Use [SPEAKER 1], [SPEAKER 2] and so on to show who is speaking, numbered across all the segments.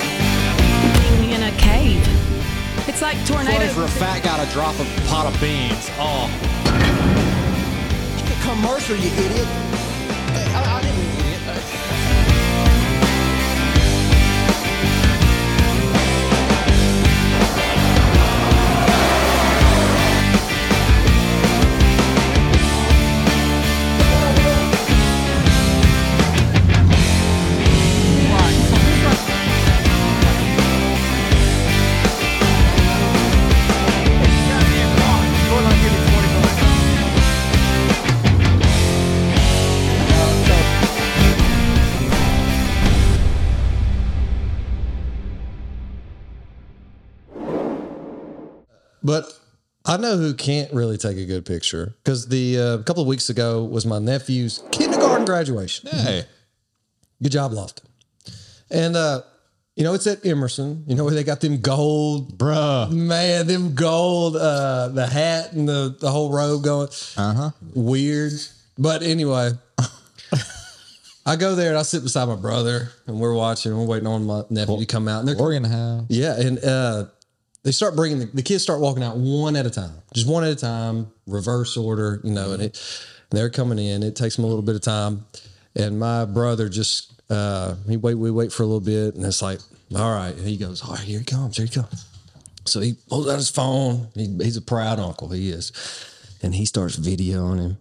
[SPEAKER 1] Living in a cave. It's like
[SPEAKER 2] Funny
[SPEAKER 1] tornado.
[SPEAKER 2] for a fat guy to drop a pot of beans. Oh,
[SPEAKER 3] commercial, you idiot. I, I didn't, idiot.
[SPEAKER 4] But I know who can't really take a good picture because the uh, couple of weeks ago was my nephew's kindergarten graduation.
[SPEAKER 2] hey. Mm-hmm.
[SPEAKER 4] Good job, Loft. And uh, you know it's at Emerson. You know where they got them gold,
[SPEAKER 2] Bruh.
[SPEAKER 4] man, them gold, uh, the hat and the the whole robe going. Uh
[SPEAKER 2] Uh-huh.
[SPEAKER 4] huh. Weird, but anyway, I go there and I sit beside my brother and we're watching. and We're waiting on my nephew to come out. And they're
[SPEAKER 2] Oregon House.
[SPEAKER 4] yeah, and uh, they start bringing the, the kids start walking out one at a time, just one at a time, reverse order, you know. And it, and they're coming in. It takes them a little bit of time, and my brother just uh, he wait, we wait for a little bit, and it's like, all right, and he goes, all right, here he comes, here he comes. So he pulls out his phone. He, he's a proud uncle, he is, and he starts videoing him.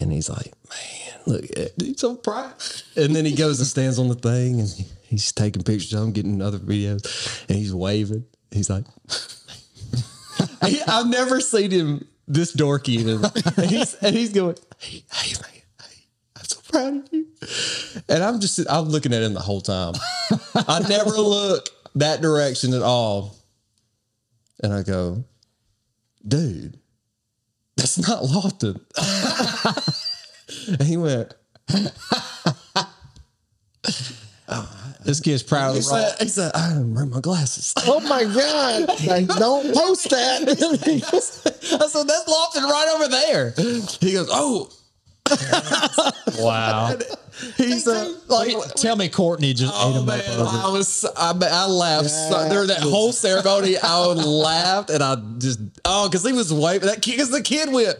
[SPEAKER 4] And he's like, man, look, eh, at that dude, so proud. And then he goes and stands on the thing and he- he's taking pictures of him, getting other videos, and he's waving. He's like, I, have never seen him this dorky. And, and he's, and he's going, hey, hey, man, hey, I'm so proud of you. And I'm just, I'm looking at him the whole time. I never look that direction at all. And I go, dude, that's not Lofton. And he went,
[SPEAKER 2] This kid's proud
[SPEAKER 4] he
[SPEAKER 2] of the rock.
[SPEAKER 4] said, he said, I didn't bring my glasses. I
[SPEAKER 3] Oh my God. Like, don't post that.
[SPEAKER 4] said, that's Lofton right over there. He goes, Oh,
[SPEAKER 2] Wow.
[SPEAKER 4] he's uh, like,
[SPEAKER 2] Wait, tell me Courtney just ate
[SPEAKER 4] Oh
[SPEAKER 2] him
[SPEAKER 4] man,
[SPEAKER 2] up over.
[SPEAKER 4] I was, I, mean, I laughed so, during that whole ceremony. I laughed and I just, oh, because he was waving that kid, because the kid went,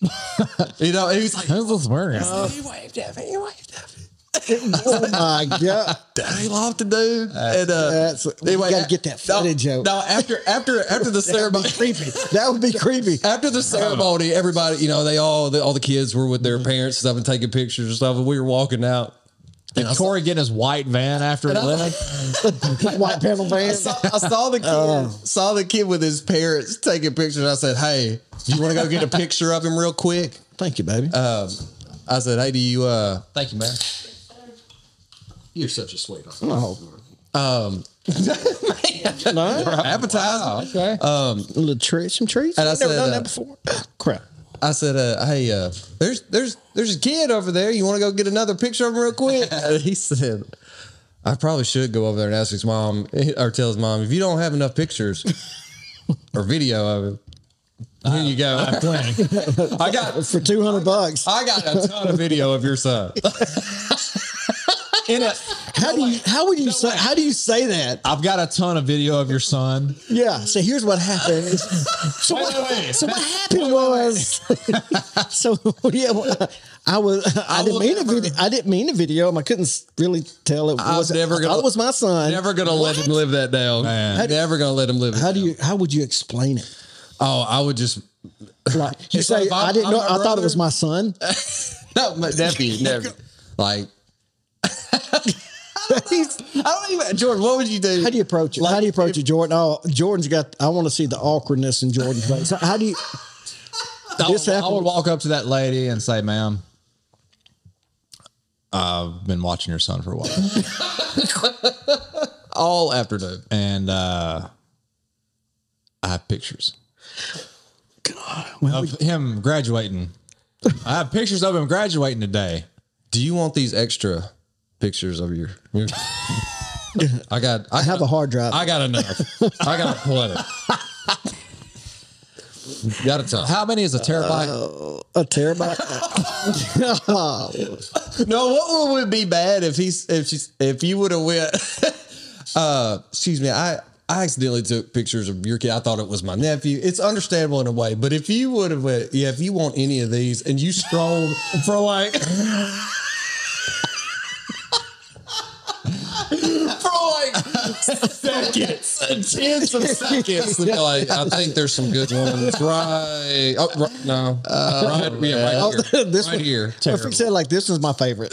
[SPEAKER 4] you know, he was like,
[SPEAKER 2] Who's this wearing?
[SPEAKER 4] Oh, he waved at me, he waved at me.
[SPEAKER 3] oh my God.
[SPEAKER 4] Daddy Lofton, dude. and uh,
[SPEAKER 3] that's- we gotta get that footage
[SPEAKER 4] no,
[SPEAKER 3] out.
[SPEAKER 4] No, after after after the ceremony,
[SPEAKER 3] Creepy. That would be creepy.
[SPEAKER 4] after the ceremony, everybody, you know, they all the, all the kids were with
[SPEAKER 3] Mm-hmm.
[SPEAKER 4] their parents and stuff and taking pictures and stuff, and we were walking out.
[SPEAKER 2] Did Corey get in his white van after it left?
[SPEAKER 3] White panel
[SPEAKER 4] I,
[SPEAKER 3] van.
[SPEAKER 4] I saw the kid,
[SPEAKER 3] Oh.
[SPEAKER 4] saw the kid with his parents taking pictures. I said, "Hey, do you want to go get a picture of him real quick?"
[SPEAKER 3] Thank you, baby.
[SPEAKER 4] I said, "Hey, do you?" uh
[SPEAKER 2] Thank you, man.
[SPEAKER 4] You're such a sweetheart.
[SPEAKER 3] oh,
[SPEAKER 4] Appetizer.
[SPEAKER 2] Okay.
[SPEAKER 3] a little treat, some treats.
[SPEAKER 4] And I
[SPEAKER 3] I've never
[SPEAKER 4] said,
[SPEAKER 3] done
[SPEAKER 4] uh,
[SPEAKER 3] that before. Crap.
[SPEAKER 4] I said, uh, "Hey, uh, there's there's there's a kid over there. You want to go get another picture of him real quick?" And he said, "I probably should go over there and ask his mom or tell his mom if you don't have enough pictures or video of him." Here you go. I got
[SPEAKER 3] For 200 bucks.
[SPEAKER 4] I got a ton of video of your son. In a,
[SPEAKER 3] How do you, how would you say, how do you say that?
[SPEAKER 2] I've got a ton of video of your son.
[SPEAKER 3] Yeah. So here's what happened. so, what,
[SPEAKER 2] wait, wait.
[SPEAKER 3] so what happened was, so yeah, well, I was. I,
[SPEAKER 4] will
[SPEAKER 3] didn't mean
[SPEAKER 4] never-
[SPEAKER 3] a video. I didn't mean a video. 'em. I couldn't s- really tell it. Was,
[SPEAKER 4] never
[SPEAKER 3] I
[SPEAKER 4] gonna-
[SPEAKER 3] thought it was my son.
[SPEAKER 4] never gonna let him live that down.
[SPEAKER 2] Man.
[SPEAKER 4] Never gonna let him live. it
[SPEAKER 3] How do
[SPEAKER 4] down.
[SPEAKER 3] you? How would you explain it?
[SPEAKER 4] Oh, I would just
[SPEAKER 3] Like you
[SPEAKER 4] It's
[SPEAKER 3] say,
[SPEAKER 4] like if I'm-
[SPEAKER 3] I didn't
[SPEAKER 4] I'm
[SPEAKER 3] know.
[SPEAKER 4] my
[SPEAKER 3] I thought it was
[SPEAKER 4] brother.
[SPEAKER 3] my son.
[SPEAKER 4] no, my nephew, never. Like, he's, I don't even. George, what would you do?
[SPEAKER 3] How do you approach it? how do you approach it, Jordan? Oh, Jordan's got. I want to see the awkwardness in Jordan's face. How do you?
[SPEAKER 2] I
[SPEAKER 3] This
[SPEAKER 2] would, I
[SPEAKER 3] happened-
[SPEAKER 2] would walk up to that lady and say, ma'am, I've been watching your son for a while.
[SPEAKER 4] all afternoon?
[SPEAKER 2] and uh, I have pictures
[SPEAKER 3] God, well,
[SPEAKER 2] of him graduating I have pictures of him graduating today.
[SPEAKER 4] Do you want these extra pictures of your? your I got. I,
[SPEAKER 3] I have a hard drive.
[SPEAKER 4] I got enough. I got plenty. got a ton.
[SPEAKER 2] How many is a
[SPEAKER 4] Uh,
[SPEAKER 2] terabyte?
[SPEAKER 3] a terabyte. Oh,
[SPEAKER 4] No, what would be bad if he's if she's if you would have went? uh, excuse me, I I accidentally took pictures of your kid. I thought it was my nephew. It's understandable in a way, but if you would have went, yeah, if you want any of these, and you strolled for like. For like seconds, tens of seconds, and be like, I think there's some good ones right. Oh, right no, right, yeah, right here,
[SPEAKER 3] This
[SPEAKER 4] right
[SPEAKER 3] one-
[SPEAKER 4] here.
[SPEAKER 3] if he said like this is my favorite,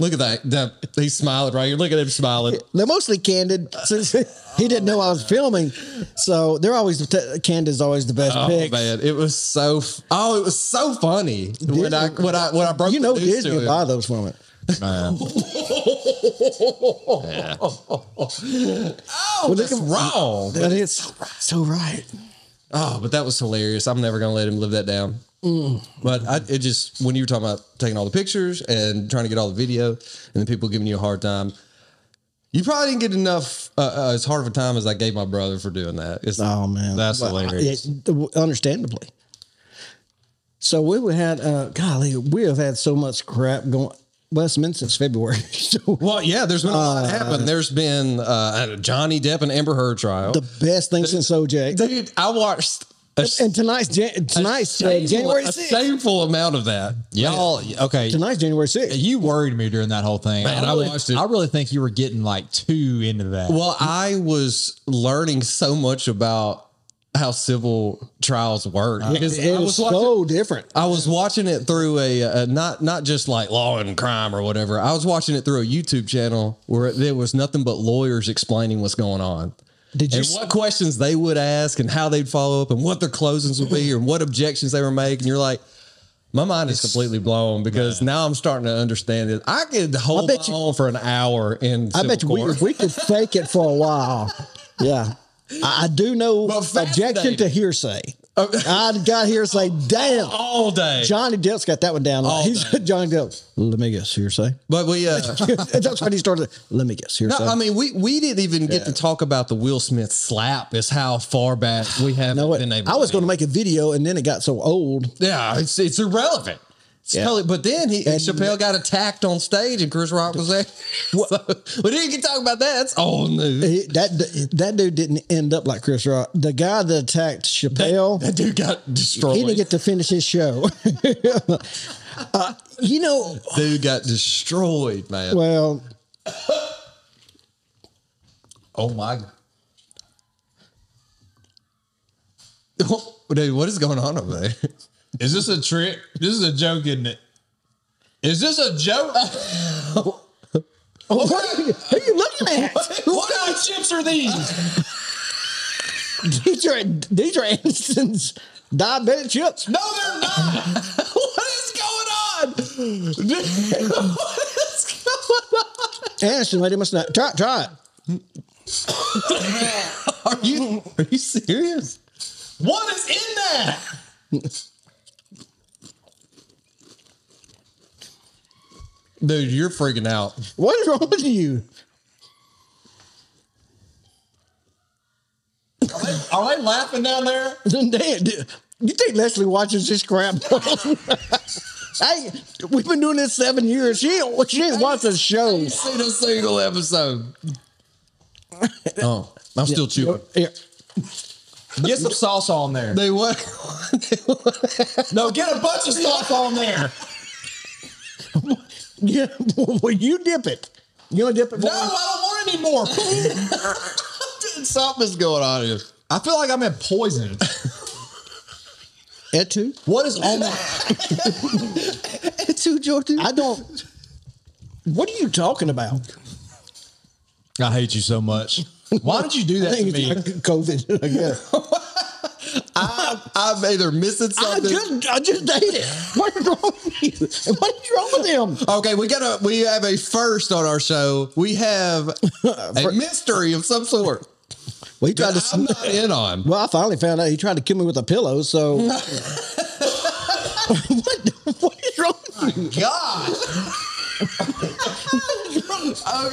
[SPEAKER 4] Look at that. that. He's smiling right here. Look at him smiling.
[SPEAKER 3] they're mostly candid since he didn't know I was filming. So they're always t- candid is always the best
[SPEAKER 4] Oh
[SPEAKER 3] pick.
[SPEAKER 4] man, it was so. F- oh, it was so funny when I when I when I broke.
[SPEAKER 3] You know
[SPEAKER 4] the news
[SPEAKER 3] Disney
[SPEAKER 4] to
[SPEAKER 3] will
[SPEAKER 4] him.
[SPEAKER 3] buy those from it.
[SPEAKER 2] Man.
[SPEAKER 4] Oh, that's wrong.
[SPEAKER 3] That is so right.
[SPEAKER 4] Oh, but that was hilarious. I'm never gonna let him live that down.
[SPEAKER 3] Mm.
[SPEAKER 4] But I, it just when you were talking about taking all the pictures and trying to get all the video, and then people giving you a hard time. You probably didn't get enough uh, uh, as hard of a time as I gave my brother for doing that. It's,
[SPEAKER 3] Oh man,
[SPEAKER 2] That's
[SPEAKER 3] I-
[SPEAKER 2] hilarious.
[SPEAKER 3] it- w- understandably. So we would had, uh, golly, we have had so much crap going. Well, it's been since February. so
[SPEAKER 4] well, yeah, there's been a lot
[SPEAKER 3] Uh,
[SPEAKER 4] happen. There's been uh, a Johnny Depp and Amber Heard trial.
[SPEAKER 3] the best thing since OJ.
[SPEAKER 4] Dude, I watched a,
[SPEAKER 3] And tonight's Jan- tonight's uh,
[SPEAKER 4] shameful-
[SPEAKER 3] January
[SPEAKER 4] a
[SPEAKER 3] 6th.
[SPEAKER 4] shameful amount of that.
[SPEAKER 2] Y'all, okay.
[SPEAKER 3] Tonight's January 6th.
[SPEAKER 2] You worried me during that whole thing.
[SPEAKER 4] Man, I
[SPEAKER 2] really,
[SPEAKER 4] watched it.
[SPEAKER 2] I really think you were getting like too into that.
[SPEAKER 4] Well, I was learning so much about how civil trials work. because
[SPEAKER 3] It was
[SPEAKER 4] watching-
[SPEAKER 3] so different.
[SPEAKER 4] I was watching it through a, uh not not just like law and crime or whatever. I was watching it through a YouTube channel where there was nothing but lawyers explaining what's going on.
[SPEAKER 3] Did you
[SPEAKER 4] and what questions they would ask and how they'd follow up and what their closings would be and what objections they were making. You're like, my mind is completely blown because now I'm starting to understand it. I could hold
[SPEAKER 3] I bet
[SPEAKER 4] my
[SPEAKER 3] you-
[SPEAKER 4] own for an hour in
[SPEAKER 3] I bet you
[SPEAKER 4] civil
[SPEAKER 3] we,
[SPEAKER 4] court.
[SPEAKER 3] if we could fake it for a while. Yeah. I, I do know
[SPEAKER 4] But
[SPEAKER 3] objection to
[SPEAKER 4] fascinating.
[SPEAKER 3] hearsay. I got hearsay. Damn.
[SPEAKER 4] all day.
[SPEAKER 3] Johnny Depp's got that one down.
[SPEAKER 4] All
[SPEAKER 3] He's
[SPEAKER 4] day.
[SPEAKER 3] Johnny Depp. Let me guess hearsay.
[SPEAKER 4] But we, uh,
[SPEAKER 3] That's when he started. Let me guess
[SPEAKER 4] no,
[SPEAKER 3] hearsay.
[SPEAKER 4] I mean, we we didn't even get to talk about the Will Smith slap. Is how far back we have
[SPEAKER 3] know what?
[SPEAKER 4] been able.
[SPEAKER 3] I was
[SPEAKER 4] to
[SPEAKER 3] going to make a video, and then it got so old.
[SPEAKER 4] Yeah, it's it's irrelevant. It's
[SPEAKER 3] Yeah.
[SPEAKER 4] totally- but then he Chappelle got attacked on stage, and Chris Rock was there. so, we didn't get to talk about that. That's old news.
[SPEAKER 3] He- that that dude didn't end up like Chris Rock. The guy that attacked Chappelle.
[SPEAKER 4] That dude got destroyed.
[SPEAKER 3] he didn't get to finish his show. Uh, you know,
[SPEAKER 4] dude got destroyed, man.
[SPEAKER 3] well,
[SPEAKER 4] Oh my. Dude, what is going on over there?
[SPEAKER 2] Is this a trick? This is a joke, isn't it? Is this a joke?
[SPEAKER 4] Oh,
[SPEAKER 3] what are you, who are you looking at?
[SPEAKER 2] what kind of chips are these?
[SPEAKER 3] these are these are Anderson's diabetic chips.
[SPEAKER 2] No, they're not.
[SPEAKER 4] what is going on? Dude, what is going on?
[SPEAKER 3] Anderson, lady must not try. Try it.
[SPEAKER 4] Are you are you serious?
[SPEAKER 2] What is in that?
[SPEAKER 4] Dude, you're freaking out.
[SPEAKER 3] What is wrong with you?
[SPEAKER 2] Are they laughing down there?
[SPEAKER 3] Then Dan, do- you think Leslie watches this crap? hey, we've been doing this seven years. She ain't, she ain't watched the show.
[SPEAKER 4] Seen a single episode. Oh, I'm still chewing.
[SPEAKER 3] Here.
[SPEAKER 2] Get some sauce on there.
[SPEAKER 4] They what?
[SPEAKER 2] No, get a bunch of sauce on there.
[SPEAKER 3] Yeah, well, you dip it. You gonna dip it?
[SPEAKER 2] No, I don't want any more.
[SPEAKER 4] Something's going on here.
[SPEAKER 2] I feel like I'm in poison.
[SPEAKER 3] At two?
[SPEAKER 2] What is on that?
[SPEAKER 3] At two, Jordan? I don't. What are you talking about?
[SPEAKER 2] I hate you so much. Why did you do
[SPEAKER 3] I
[SPEAKER 2] that to
[SPEAKER 3] think
[SPEAKER 2] me?
[SPEAKER 3] it's COVID. I guess.
[SPEAKER 4] I, I'm either missing
[SPEAKER 3] I
[SPEAKER 4] something.
[SPEAKER 3] just, I just ate it. What is wrong with you? What is wrong with him?
[SPEAKER 4] Okay, we got a we have a first on our show. We have a mystery of some sort.
[SPEAKER 3] Well, he tried to.
[SPEAKER 4] I'm not in on.
[SPEAKER 3] Well, I finally found out he tried to kill me with a pillow. So what? What is wrong? with you?
[SPEAKER 4] God.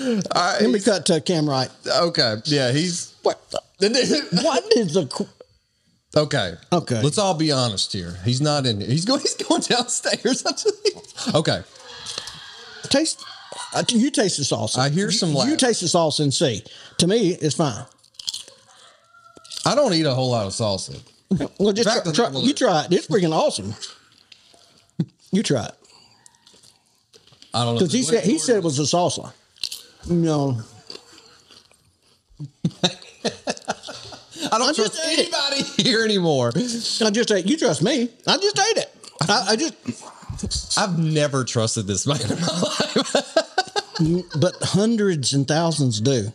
[SPEAKER 4] okay. All right.
[SPEAKER 3] Let me cut to Cam Right.
[SPEAKER 4] Okay. Yeah, he's.
[SPEAKER 3] What? The, what is the? qu-
[SPEAKER 4] Okay.
[SPEAKER 3] Okay.
[SPEAKER 4] Let's all be honest here. He's not in. He's going. He's going downstairs. okay.
[SPEAKER 3] Taste. I- You taste the sauce.
[SPEAKER 4] I hear some
[SPEAKER 3] You,
[SPEAKER 4] laugh.
[SPEAKER 3] you taste the sauce and see. To me, it's fine.
[SPEAKER 4] I don't eat a whole lot of salsa.
[SPEAKER 3] Well, just
[SPEAKER 4] Back
[SPEAKER 3] try,
[SPEAKER 4] to
[SPEAKER 3] try-
[SPEAKER 4] that
[SPEAKER 3] you try it. It's freaking awesome. You try it
[SPEAKER 4] I don't know.
[SPEAKER 3] because he said he said it was a salsa. No,
[SPEAKER 4] I don't
[SPEAKER 3] I'm just
[SPEAKER 4] trust
[SPEAKER 3] saying.
[SPEAKER 4] anybody here anymore.
[SPEAKER 3] I just ate. You trust me? I just ate it. I, I just.
[SPEAKER 4] I've never trusted this man in my life.
[SPEAKER 3] But hundreds and thousands do.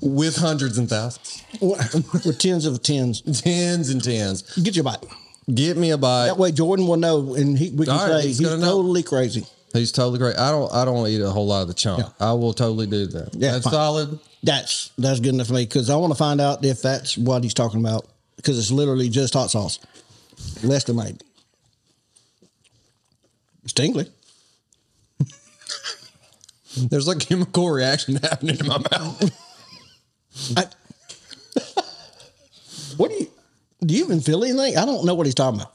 [SPEAKER 4] With hundreds and thousands,
[SPEAKER 3] With tens of tens.
[SPEAKER 4] tens and tens.
[SPEAKER 3] Get your bite.
[SPEAKER 4] Get me a bite.
[SPEAKER 3] That way, Jordan will know, and he, we can
[SPEAKER 4] All right,
[SPEAKER 3] say
[SPEAKER 4] he's
[SPEAKER 3] he's,
[SPEAKER 4] gonna know.
[SPEAKER 3] totally crazy.
[SPEAKER 4] He's totally great. I don't. I don't eat a whole lot of the chunk.
[SPEAKER 3] Yeah.
[SPEAKER 4] I will totally do that.
[SPEAKER 3] Yeah,
[SPEAKER 4] that's
[SPEAKER 3] fine.
[SPEAKER 4] solid.
[SPEAKER 3] That's that's good enough for me because I want to find out if that's what he's talking about because it's literally just hot sauce, less tomato. It's tingly.
[SPEAKER 4] There's like chemical reaction happening in my mouth.
[SPEAKER 3] I, what do you do? You even feel anything? I don't know what he's talking about.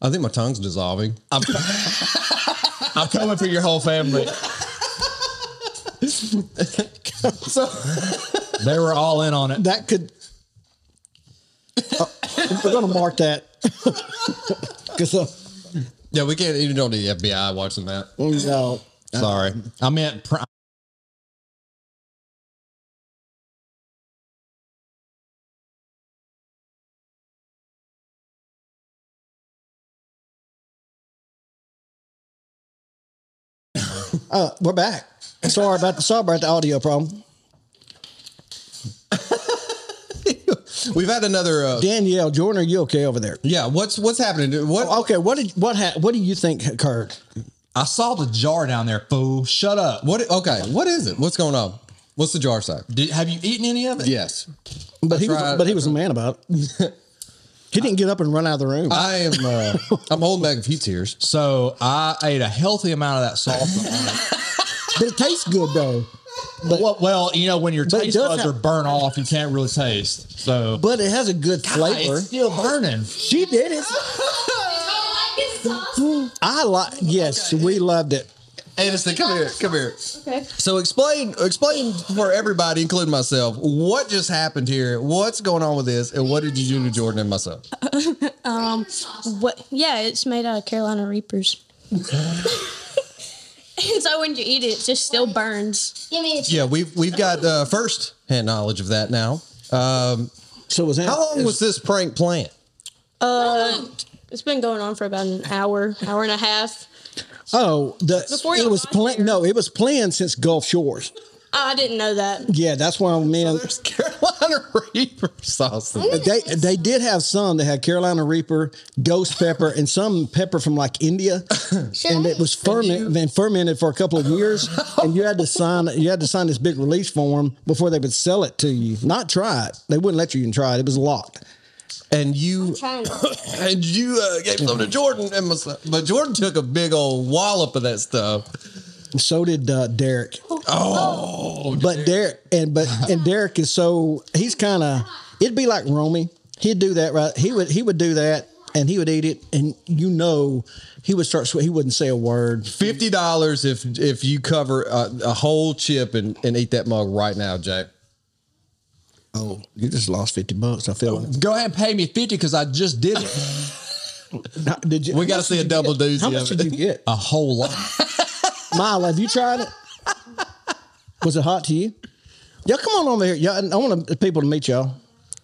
[SPEAKER 4] I think my tongue's dissolving.
[SPEAKER 2] Uh,
[SPEAKER 4] I'm,
[SPEAKER 2] I'm coming for your whole family.
[SPEAKER 4] so
[SPEAKER 2] They were all in on it.
[SPEAKER 3] That could. Uh, we're gonna mark that because uh,
[SPEAKER 4] yeah, we can't. You don't need the FBI watching that.
[SPEAKER 3] no.
[SPEAKER 4] Sorry.
[SPEAKER 2] Uh, I meant pr-
[SPEAKER 3] Uh, we're back. Sorry about the sorry about the audio problem.
[SPEAKER 4] We've had another. Uh,
[SPEAKER 3] Danielle, Jordan, are you okay over there?
[SPEAKER 4] yeah. What's what's happening? dude? What
[SPEAKER 2] Oh,
[SPEAKER 3] Okay, what did what ha- what do you think occurred?
[SPEAKER 2] I saw the jar down there, fool. Shut up. What?
[SPEAKER 4] uh, What? Okay. What is it? What's going on? What's the jar say?
[SPEAKER 2] Did, have you eaten any of it?
[SPEAKER 4] Yes.
[SPEAKER 3] But he was
[SPEAKER 4] right.
[SPEAKER 3] but he was a man about it. he didn't get up and run out of the room.
[SPEAKER 4] I am. Uh, I'm holding back a few tears.
[SPEAKER 2] So I ate a healthy amount of that salsa.
[SPEAKER 3] but it tastes good though. But
[SPEAKER 2] well, well, you know, when your
[SPEAKER 3] But it
[SPEAKER 2] taste
[SPEAKER 3] does
[SPEAKER 2] buds
[SPEAKER 3] have-
[SPEAKER 2] are burnt off, you can't really taste. So
[SPEAKER 3] but it has a good flavor.
[SPEAKER 2] it's still burning.
[SPEAKER 3] She did it. I like yes, we loved it.
[SPEAKER 4] Anderson, come here. Come here.
[SPEAKER 5] Okay.
[SPEAKER 4] So explain explain for everybody, including myself, what just happened here. What's going on with this, and what did you do to Jordan and myself?
[SPEAKER 5] What? Yeah, it's made out of Carolina Reapers. and so when you eat it, it just still burns.
[SPEAKER 6] Give me a
[SPEAKER 4] Yeah, we've we've got uh, first hand knowledge of that now. Um,
[SPEAKER 3] So was that
[SPEAKER 4] how long was this prank planned?
[SPEAKER 5] It's been going on for about an hour, hour and a half.
[SPEAKER 3] Oh, the
[SPEAKER 5] Before
[SPEAKER 3] it
[SPEAKER 5] you
[SPEAKER 3] was
[SPEAKER 5] got
[SPEAKER 3] planned. No, it was planned since Gulf Shores.
[SPEAKER 5] Oh, I didn't know that.
[SPEAKER 3] Yeah, that's why men
[SPEAKER 4] There's Carolina Reaper sauce. in it.
[SPEAKER 3] Uh, they they did have some that had Carolina Reaper, ghost pepper, and some pepper from like India, and it was fermented then fermented for a couple of years, and you had to sign you had to sign this big release form before they would sell it to you. Not try it; they wouldn't let you even try it. It was locked.
[SPEAKER 4] And you
[SPEAKER 6] China.
[SPEAKER 4] and you uh, gave some to Jordan and myself, but Jordan took a big old wallop of that stuff.
[SPEAKER 3] So did uh, Derek.
[SPEAKER 4] Oh,
[SPEAKER 3] But Derek and but and Derek is so he's kind of it'd be like Romy. He'd do that right. He would he would do that and he would eat it and you know he would start swe- he wouldn't say a word.
[SPEAKER 4] fifty dollars if if you cover a, a whole chip and, and eat that mug right now, Jake.
[SPEAKER 3] Oh, you just lost fifty bucks. I feel like
[SPEAKER 2] Go ahead and pay me fifty because I just did it.
[SPEAKER 3] Now, did you?
[SPEAKER 4] We got to
[SPEAKER 3] how
[SPEAKER 4] see a
[SPEAKER 3] much
[SPEAKER 4] double
[SPEAKER 3] did you-
[SPEAKER 4] doozy.
[SPEAKER 3] How much
[SPEAKER 4] of
[SPEAKER 3] did you
[SPEAKER 4] it.
[SPEAKER 3] get,
[SPEAKER 2] A whole lot.
[SPEAKER 3] Mile? Have you tried it? Was it hot to you? Y'all come on over here. Y'all, I want the people to meet y'all.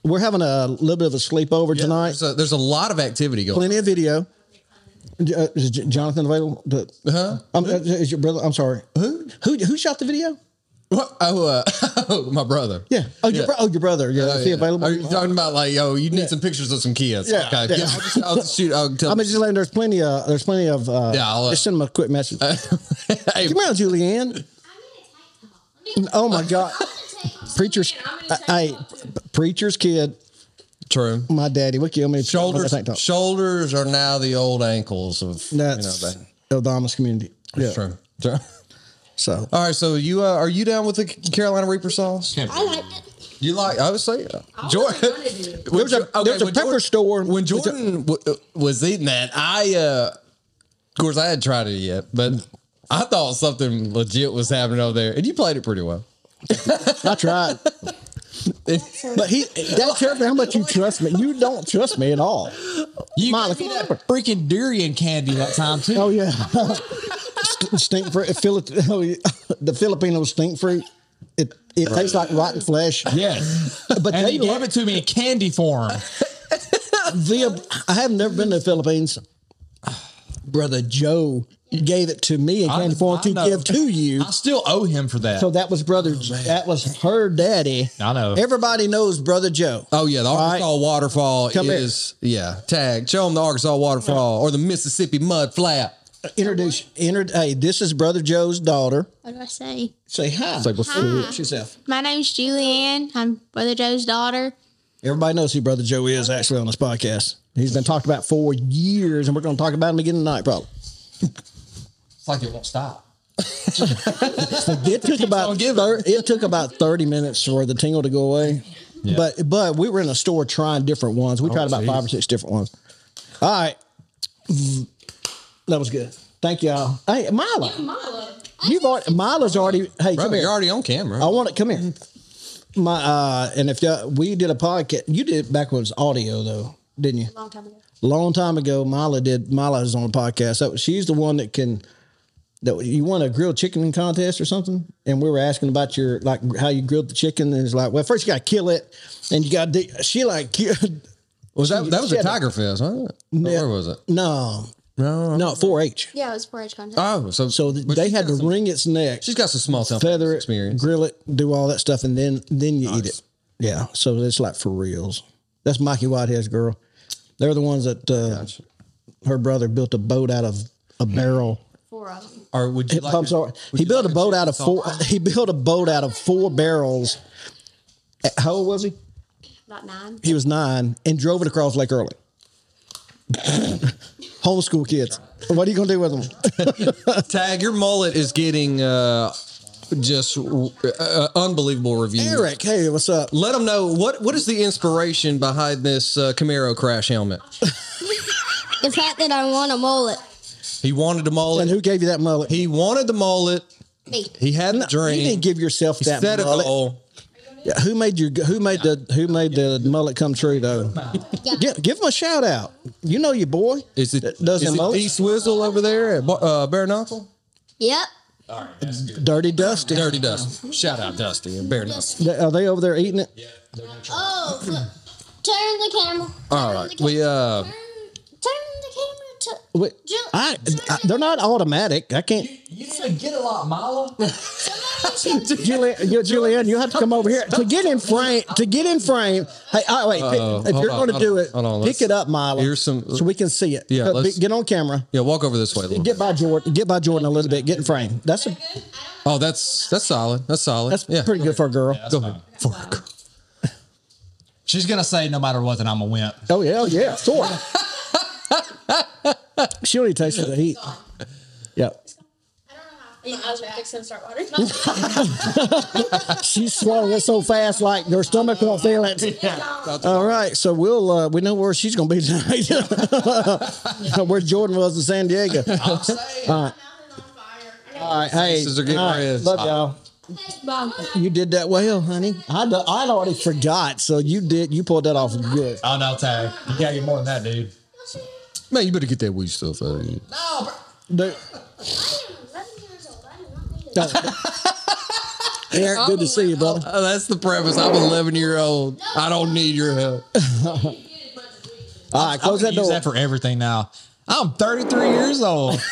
[SPEAKER 3] We're having a little bit of a sleepover tonight.
[SPEAKER 4] There's a, there's a lot of activity going.
[SPEAKER 3] Plenty of video. Uh, is J- Jonathan available? The-
[SPEAKER 4] Huh?
[SPEAKER 3] Um, uh, is your brother? I'm sorry. Who? Who? Who shot the video?
[SPEAKER 4] What? Oh, uh, my brother.
[SPEAKER 3] Yeah. Oh, your bro- oh your brother. Yeah.
[SPEAKER 4] Oh,
[SPEAKER 3] is he
[SPEAKER 4] yeah.
[SPEAKER 3] available?
[SPEAKER 4] Are you talking about like, yo, you need some pictures of some kids?
[SPEAKER 3] Yeah,
[SPEAKER 4] Okay.
[SPEAKER 3] yeah.
[SPEAKER 4] Yeah. I'll just, I'll just shoot. I'll tell.
[SPEAKER 3] I mean, just letting there's plenty of there's plenty of uh,
[SPEAKER 4] Yeah, I'll, uh,
[SPEAKER 3] just send them a quick message.
[SPEAKER 4] hey,
[SPEAKER 3] Come around, Julianne. Oh my God, preacher's hey, preacher's kid.
[SPEAKER 4] true.
[SPEAKER 3] My daddy would kill me. if-
[SPEAKER 4] Shoulders.
[SPEAKER 3] I think-
[SPEAKER 4] Shoulders are now the old ankles of.
[SPEAKER 3] That's
[SPEAKER 4] you know, that-
[SPEAKER 3] Obama's community. Yeah.
[SPEAKER 4] True. True.
[SPEAKER 3] So
[SPEAKER 4] All right. So you uh, are you down with the Carolina Reaper sauce?
[SPEAKER 5] I liked it.
[SPEAKER 4] You like? I would say.
[SPEAKER 5] I
[SPEAKER 4] Jordan.
[SPEAKER 5] wasn't gonna do it.
[SPEAKER 3] There was a- there was a
[SPEAKER 4] when
[SPEAKER 3] pepper
[SPEAKER 4] Jordan-
[SPEAKER 3] store-
[SPEAKER 4] When
[SPEAKER 3] there was a-
[SPEAKER 4] Jordan w- uh, was eating that, I, uh, of course, I hadn't tried it yet, but I thought something legit was happening over there, and you played it pretty well.
[SPEAKER 3] I tried, but he that tells me how much you trust me. You don't trust me at all.
[SPEAKER 2] You
[SPEAKER 3] Molly,
[SPEAKER 2] gave me
[SPEAKER 3] come
[SPEAKER 2] that
[SPEAKER 3] over.
[SPEAKER 2] freaking durian candy that time too.
[SPEAKER 3] Oh yeah, St- stink fruit. Phil- oh, yeah. the Filipino stink fruit. It it tastes like rotten flesh.
[SPEAKER 2] Yes,
[SPEAKER 3] But
[SPEAKER 2] and
[SPEAKER 3] they
[SPEAKER 2] he gave
[SPEAKER 3] like-
[SPEAKER 2] it to me in candy form.
[SPEAKER 3] The I have never been to the Philippines. Brother Joe gave it to me and
[SPEAKER 2] I-
[SPEAKER 3] came forward
[SPEAKER 2] I
[SPEAKER 3] to
[SPEAKER 2] know.
[SPEAKER 3] give to you.
[SPEAKER 2] I still owe him for that.
[SPEAKER 3] So that was brother.
[SPEAKER 4] Oh,
[SPEAKER 3] that was her daddy.
[SPEAKER 4] Uh-huh.
[SPEAKER 2] I know.
[SPEAKER 3] Everybody knows brother Joe.
[SPEAKER 4] Oh yeah, the
[SPEAKER 3] right.
[SPEAKER 4] Arkansas waterfall
[SPEAKER 3] Come here.
[SPEAKER 4] is yeah. Tag, show them the Arkansas waterfall or the Mississippi mud flat.
[SPEAKER 3] Introduce. Inter, hey, this is brother Joe's daughter.
[SPEAKER 5] What do I say?
[SPEAKER 3] Say hi.
[SPEAKER 4] Say what's up.
[SPEAKER 3] Introduce yourself.
[SPEAKER 5] My name's Julianne. I'm Brother Joe's daughter.
[SPEAKER 3] Everybody knows who brother Joe is actually on this podcast. He's been talked about for years, and we're going to talk about him again tonight, probably.
[SPEAKER 2] it's like it won't stop.
[SPEAKER 3] It took about thir- it took about thirty minutes for the tingle to go away. But but we were in a store trying different ones. We tried about five or six different ones. All right, that was good. Thank y'all. Hey, Mila, you've already Mila's already. Hey,
[SPEAKER 4] Bro,
[SPEAKER 3] come
[SPEAKER 4] you're
[SPEAKER 3] here.
[SPEAKER 4] already on camera.
[SPEAKER 3] I want to come here. My uh, and if y'all, we did a podcast, you did it back when it was audio though, didn't you?
[SPEAKER 5] Long time ago.
[SPEAKER 3] long time ago, Mila did. Mila was on a podcast. That was, she's the one that can. That you won a grilled chicken contest or something, and we were asking about your like how you grilled the chicken, and it's like, well, first you got to kill it, and you got to. She like,
[SPEAKER 4] was that that was a
[SPEAKER 3] Shut up.
[SPEAKER 4] Tiger Fest? Huh? Where was it?
[SPEAKER 3] no,
[SPEAKER 4] No.
[SPEAKER 3] no, 4-H.
[SPEAKER 5] Yeah, it was 4-H contest.
[SPEAKER 4] Oh, so
[SPEAKER 3] So th-
[SPEAKER 4] but
[SPEAKER 3] they
[SPEAKER 4] she's
[SPEAKER 3] had
[SPEAKER 4] got
[SPEAKER 3] to
[SPEAKER 4] some-
[SPEAKER 3] wring its neck,
[SPEAKER 4] She's got some small town
[SPEAKER 3] feather it,
[SPEAKER 4] experience.
[SPEAKER 3] grill it, do all that stuff, and then then you eat it. Yeah, so it's like for reals. That's Mikey Whitehead's girl. They're the ones that uh, her brother built a boat out of a barrel.
[SPEAKER 5] Four of them.
[SPEAKER 4] Or would you like?
[SPEAKER 3] I'm sorry. He built a boat out of four. He built a boat out of four barrels. Uh, How old was he?
[SPEAKER 5] About nine.
[SPEAKER 3] He was nine and drove it across Lake Early. Homeschool kids. What are you gonna do with them?
[SPEAKER 4] Tag, your mullet is getting uh, just uh, uh, unbelievable reviews.
[SPEAKER 3] Eric, hey, what's up?
[SPEAKER 4] Let them know what what is the inspiration behind this uh, Camaro crash helmet.
[SPEAKER 5] The fact that I want a mullet.
[SPEAKER 4] He wanted the
[SPEAKER 3] And
[SPEAKER 4] mullet.
[SPEAKER 3] who gave you that mullet?
[SPEAKER 4] He wanted the mullet.
[SPEAKER 5] Me.
[SPEAKER 4] He had the
[SPEAKER 3] you
[SPEAKER 4] dream.
[SPEAKER 3] didn't give yourself
[SPEAKER 4] he
[SPEAKER 3] that
[SPEAKER 4] set a
[SPEAKER 3] mullet.
[SPEAKER 4] goal.
[SPEAKER 3] Yeah, Who made you? Who made the? Who made the mullet come true though?
[SPEAKER 5] Yeah.
[SPEAKER 3] Give, give him a shout out. You know your boy.
[SPEAKER 4] Is it
[SPEAKER 3] Does
[SPEAKER 4] is
[SPEAKER 3] it
[SPEAKER 4] it
[SPEAKER 3] mullet?
[SPEAKER 4] D Swizzle over there at Bar- uh, Bare Knuckle?
[SPEAKER 5] Yep.
[SPEAKER 3] Dirty Dusty.
[SPEAKER 4] Dirty Dusty. Shout out Dusty and Bare Knuckle.
[SPEAKER 3] Are they over there eating it?
[SPEAKER 5] Oh, flip. turn the camera. Turn
[SPEAKER 4] All right,
[SPEAKER 5] the ca-
[SPEAKER 4] we uh,
[SPEAKER 5] turn, turn the camera to.
[SPEAKER 3] Wait,
[SPEAKER 5] Ju-
[SPEAKER 3] I, I, they're not automatic. I can't.
[SPEAKER 2] You didn't get a lot, Milo.
[SPEAKER 5] Somebody should-
[SPEAKER 3] Julian, you, Julian, you have to come over here to get in frame. To get in frame. Hey, I, wait. pick-
[SPEAKER 4] Uh-oh.
[SPEAKER 3] if
[SPEAKER 4] Uh, Hold
[SPEAKER 3] you're
[SPEAKER 4] on,
[SPEAKER 3] going to
[SPEAKER 4] hold
[SPEAKER 3] do
[SPEAKER 4] on,
[SPEAKER 3] it,
[SPEAKER 4] hold on,
[SPEAKER 3] pick
[SPEAKER 4] let's-
[SPEAKER 3] it up, Milo.
[SPEAKER 4] here's some-
[SPEAKER 3] so we can see it.
[SPEAKER 4] Yeah,
[SPEAKER 3] Uh, be-
[SPEAKER 4] let's-
[SPEAKER 3] get on camera.
[SPEAKER 4] yeah, walk over this way a little.
[SPEAKER 3] Get
[SPEAKER 4] bit.
[SPEAKER 3] by Jordan. Get by Jordan a little bit. Get in frame. That's a,
[SPEAKER 4] Oh, that's that's solid. That's solid.
[SPEAKER 3] that's
[SPEAKER 4] yeah.
[SPEAKER 3] pretty good for a girl.
[SPEAKER 4] Go ahead.
[SPEAKER 2] She's gonna say no matter what that I'm a wimp.
[SPEAKER 3] Oh yeah, oh, yeah, sure. she only tasted the heat. Yeah,
[SPEAKER 5] My eyes were fixing to start watering.
[SPEAKER 3] she swallowed it so fast, like her stomach won't feel it. All right, so we'll uh, we know where she's gonna be tonight. where Jordan was in San Diego.
[SPEAKER 2] I'm saying.
[SPEAKER 3] All right, hey,
[SPEAKER 4] Faces are getting
[SPEAKER 3] all right,
[SPEAKER 4] red.
[SPEAKER 3] love y'all. You did that well, honey. I do, I'd already forgot, so you did. You pulled that off good.
[SPEAKER 2] oh no, Tag. You gotta get more than that, dude.
[SPEAKER 4] Man, you better get that weed stuff out of you.
[SPEAKER 3] Dude, uh, Eric, good to see you, brother.
[SPEAKER 4] Oh, that's the premise. I'm an 11 year old. I don't need your help.
[SPEAKER 3] All right,
[SPEAKER 2] I'm
[SPEAKER 3] close
[SPEAKER 2] gonna
[SPEAKER 3] that
[SPEAKER 2] use
[SPEAKER 3] door.
[SPEAKER 2] that for everything now. I'm 33 years old.